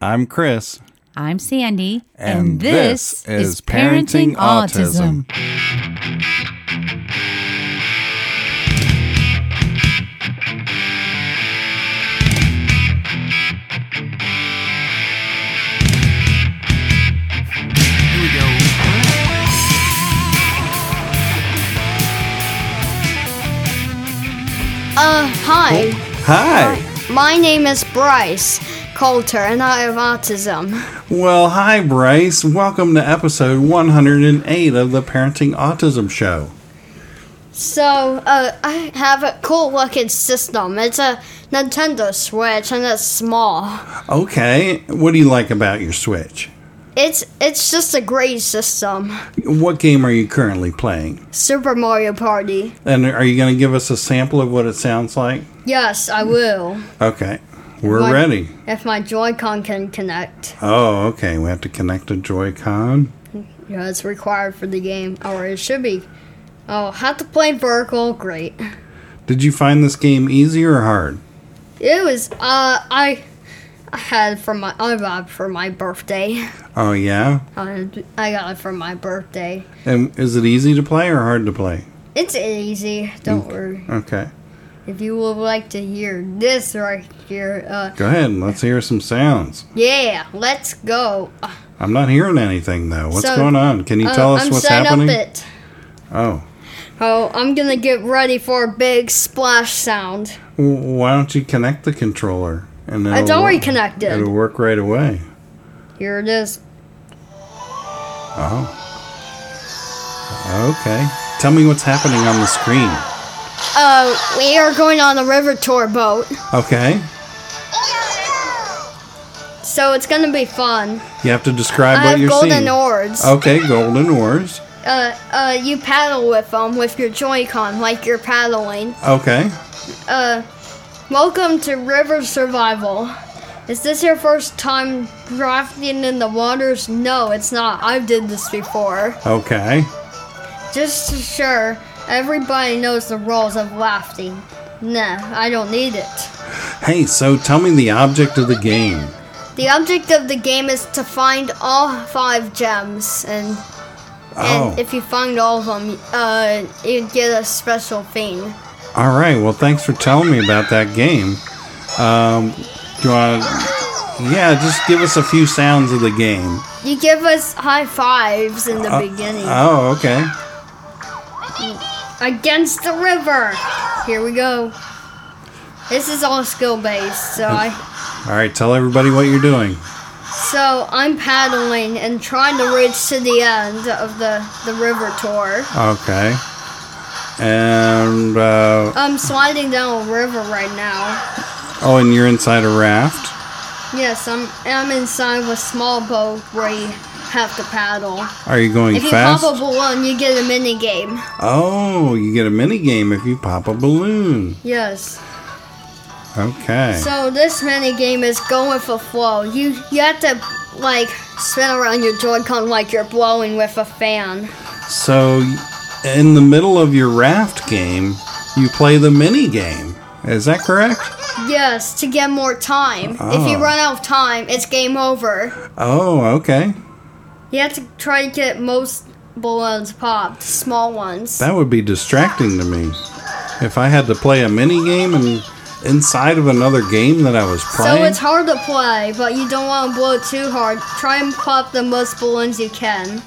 I'm Chris. I'm Sandy, And this is Parenting Autism. Here we go. Uh, hi. Hi. My name is Bryce Coulter, and I have autism. Well, hi, Bryce. Welcome to episode 108 of the Parenting Autism Show. So, uh, I have a cool looking system. It's a Nintendo Switch, and it's small. Okay, what do you like about your Switch? It's it's just a great system. What game are you currently playing? Super Mario Party. And are you going to give us a sample of what it sounds like? Yes, I will. Okay, we're My- ready. If my Joy-Con can connect, Oh, okay, we have to connect a Joy-Con. you know, it's required for the game, or it should be. Oh, how to play vertical? Great. Did you find this game easy or hard? It was uh, I, I had from my I bought for my birthday. Oh, yeah? I Um, I got it for my birthday. And is it easy to play or hard to play? It's easy, Mm. don't worry. Okay, If you would like to hear this right here, uh, go ahead and let's hear some sounds. yeah, let's go. Uh, I'm not hearing anything though. What's So, uh, going on? Can you tell us I'm what's set happening? up it. Oh, Oh, I'm gonna get ready for a big splash sound. W- why don't you connect the controller? And I it'll don't work- reconnect It'll it. work right away. Here it is. Oh. Okay. Tell me what's happening on the screen. Uh, we are going on a river tour boat, Okay. so it's gonna be fun. You have to describe I what have you're golden seeing. orbs. Okay, golden oars. Uh, uh, you paddle with them with your Joy-Con like you're paddling. Okay. Uh, welcome to River Survival. Is this your first time drafting in the waters? No, it's not. I've did this before. Okay. Just to sure, everybody knows the rules of rafting. Nah, I don't need it. Hey, so tell me the object of the game. The object of the game is to find all five gems, and Oh. and if you find all of them, uh, you get a special thing. All right. Well, thanks for telling me about that game. Um, do you want? Yeah, just give us a few sounds of the game. You give us high fives in the beginning. Oh, okay. against the river. Here we go. This is all skill based, so I All right, tell everybody what you're doing. so I'm paddling and trying to reach to the end of the the river tour. Okay. And uh, I'm sliding down a river right now. oh, and you're inside a raft. Yes, I'm I'm inside of a small boat where you have to paddle. Are you going If you fast? pop a balloon, you get a mini game. oh, you get a mini game if you pop a balloon. Yes. Okay. So this mini game is go with the flow. You you have to like spin around your Joy-Con like you're blowing with a fan. So, in the middle of your raft game, you play the mini game. Is that correct? Yes, to get more time. If you Oh. run out of time, it's game over. Oh, okay. You have to try to get most balloons popped, small ones. That would be distracting to me. If I had to play a mini game and inside of another game that I was playing. so it's hard to play, but you don't want to blow too hard. Try and pop the most balloons you can.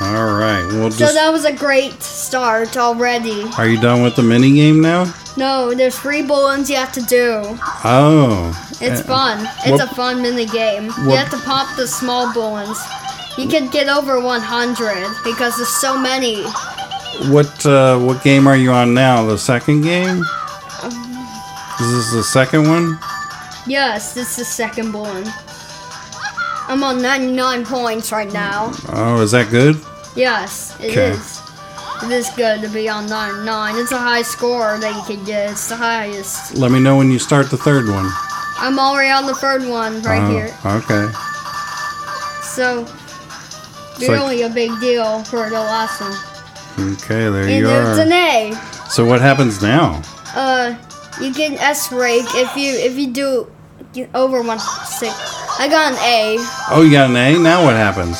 All right. We'll So just that was a great start already. Are you done with the mini game now? No, there's three balloons you have to do. Oh, It's fun. It's what- a fun mini game. You what- have to pop the small balloons. You can get over 100 because there's so many. what uh, what game are you on now? The second game? Is this the second one? Yes, this is the second balloon. I'm on 99 points right now. Oh, is that good? Yes, it is. Okay. It is good to be on 99. It's a high score that you can get. It's the highest. Let me know when you start the third one. I'm already on the third one right oh, here. Okay. So, It's like- really a big deal for the last one. Okay, there And you there's are. an A. so what happens now? Uh, You get an S rank if you if you do get over one six. I got an A. Oh, you got an A? Now what happens?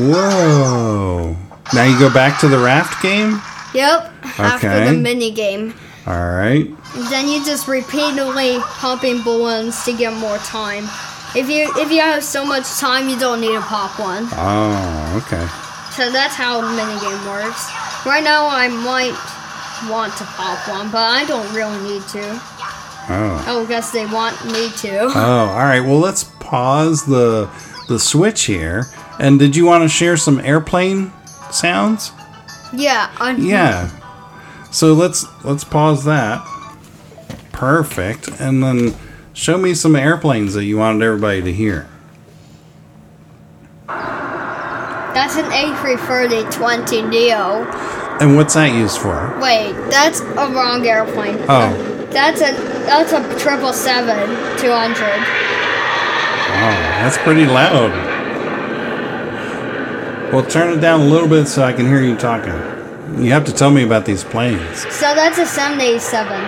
Whoa. Now you go back to the raft game? Yep. After the Okay. mini game, Alright. then you just repeatedly popping balloons to get more time. If you if you have so much time, you don't need to pop one. Oh, okay. So that's how mini game works. Right now, I might want to pop one, but I don't really need to. Oh. Oh, guess they want me to. Oh, all right. Well, let's pause the the switch here. And did you want to share some airplane sounds? Yeah. I, Yeah. So let's let's pause that. Perfect. And then show me some airplanes that you wanted everybody to hear. That's an A330-20 Neo. And what's that used for? Wait, that's a wrong airplane. Oh. That's a that's a triple seven two hundred. Wow, that's pretty loud. Well, turn it down a little bit so I can hear you talking. You have to tell me about these planes. So that's a seven eighty seven.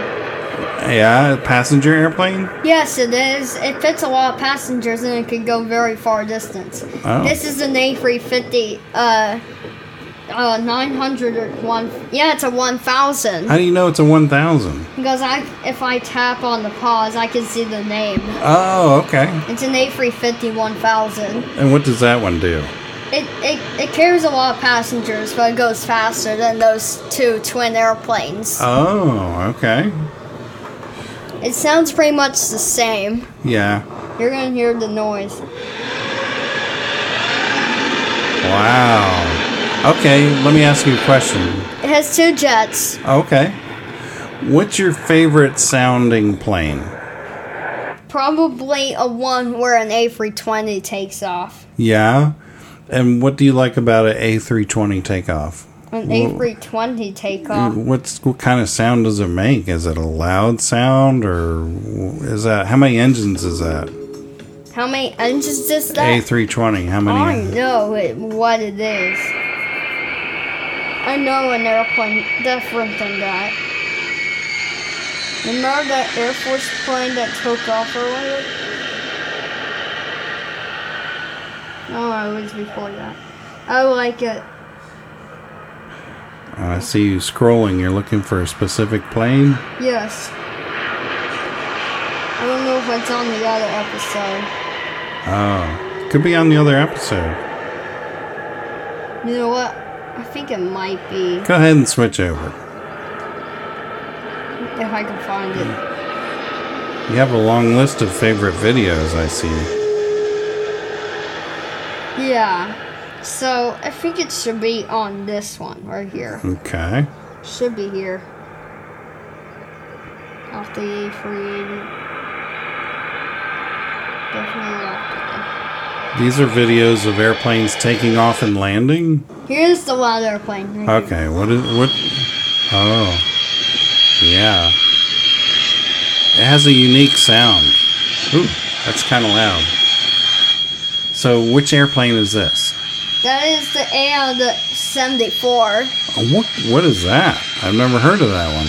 Yeah, uh, passenger airplane? Yes, it is. It fits a lot of passengers and it can go very far distance. Oh. This is an A350. Uh. Uh, 900 or one. Yeah, it's a 1000. How do you know it's a 1000? Because I, if I tap on the pause, I can see the name. Oh, okay. It's an A350 1000. And what does that one do? It, it, it carries a lot of passengers, but it goes faster than those two twin airplanes. Oh, okay. it sounds pretty much the same. Yeah. You're gonna hear the noise. Wow. Okay, let me ask you a question. It has two jets. Okay. What's your favorite sounding plane? Probably a one where an A320 takes off. Yeah. And what do you like about an A320 takeoff? An Whoa. A320 takeoff. What's what kind of sound does it make? Is it a loud sound or is that how many engines is that? How many engines is that? A320. How I many? know it, what it is. I know an airplane different than that. Remember that Air Force plane that took off earlier? Oh, it was before that. I like it. I see you scrolling. You're looking for a specific plane. Yes. I don't know if it's on the other episode. Oh, could be on the other episode. You know what? I think it might be Go ahead and switch over. if I can find it. You have a long list of favorite videos, I see. Yeah. So I think it should be on this one right here. Okay. Should be here. Off the A380. Definitely off These are videos of airplanes taking off and landing. the Here's the loud airplane. Okay, what is what? Oh, yeah. It has a unique sound. Ooh, that's kind of loud. So, which airplane is this? That is the AL the 74. It What what is that? I've never heard of that one.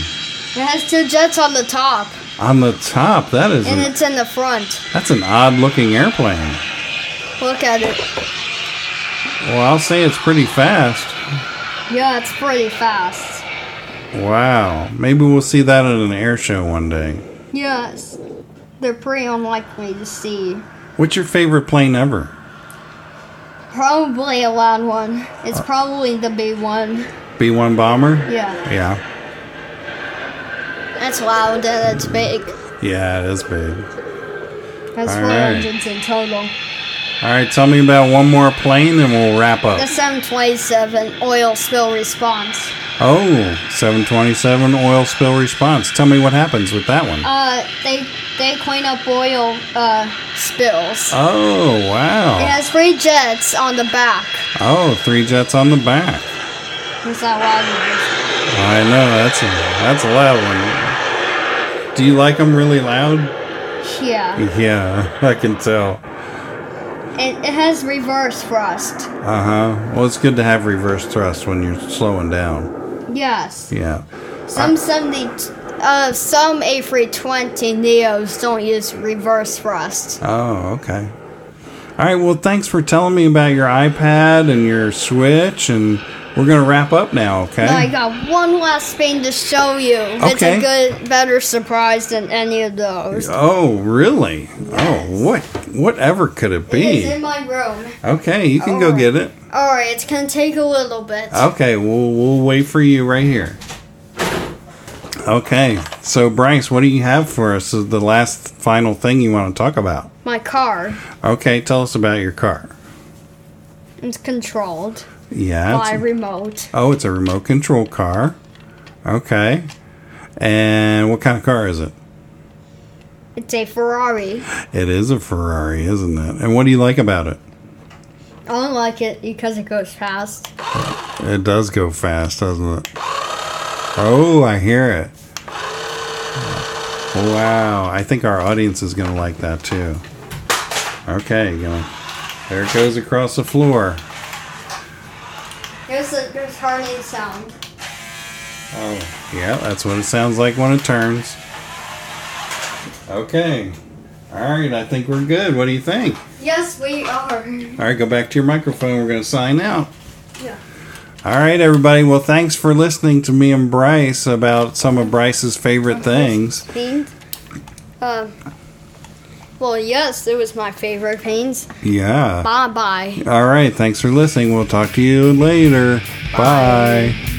has two jets on the top, On the top, that is and an, it's in the front. that's an odd looking airplane. Look at it. Well, I'll say it's pretty fast. Yeah, it's pretty fast. Wow, maybe we'll see that at an air show one day. Yes, they're pretty unlikely to see. What's your favorite plane ever? Probably a loud one. It's probably the big one. B one bomber. Yeah, Yeah, that's loud and it's big. yeah, it is big. That's four Alright. engines in total. All right, tell me about one more plane and we'll wrap The up. 727 oil spill response. Oh, 727 oil spill response. Tell me what happens with that one. Uh, they they clean up oil uh spills. Oh, It wow. has three jets on the back. Oh, three jets on the back. Is that loud? I know, that's a, that's a loud one. Do you like them really loud? Hmm. Yeah. Yeah, I can tell. It, it has reverse thrust. Uh-huh. Uh huh. Well, it's good to have reverse thrust when you're slowing down. Yes. Yeah. Some 70, uh, some A320 Neos don't use reverse thrust. Oh, okay. All right. Well, thanks for telling me about your iPad and your Switch, and we're gonna wrap up now. Okay. I got one last thing to show you. It's Okay. a good, better surprise than any of those. Oh, really? Oh, what? Whatever could it It's be? in my room. Okay, you can go Alright. get it. All right, it's gonna take a little bit. Okay, we'll we'll wait for you right here. Okay, so Bryce, what do you have for us? Is the last final thing you want to talk about? My car Okay, tell us about your car. is controlled Yeah. by it's- remote. oh, it's a remote control car. Okay. And what kind of car is it? It's a Ferrari. It is a Ferrari, isn't it? And what do you like about it? I don't like it because it goes fast. It does go fast, doesn't it? Oh, I hear it. Wow, I think our audience is going to like that too. Okay, going there it goes across the floor. There's a there's hardly sound. Oh, yeah, that's what it sounds like when it turns. Okay. All right, I think we're good. What do you think? Yes, we are. All right, go back to your microphone. We're going to sign out. Yeah. All right, everybody. Well, thanks for listening to me and Bryce about some of Bryce's favorite things. Paint. Um. Well, yes, it was my favorite paints. Yeah. Bye bye. All right. Thanks for listening. We'll talk to you later. Bye.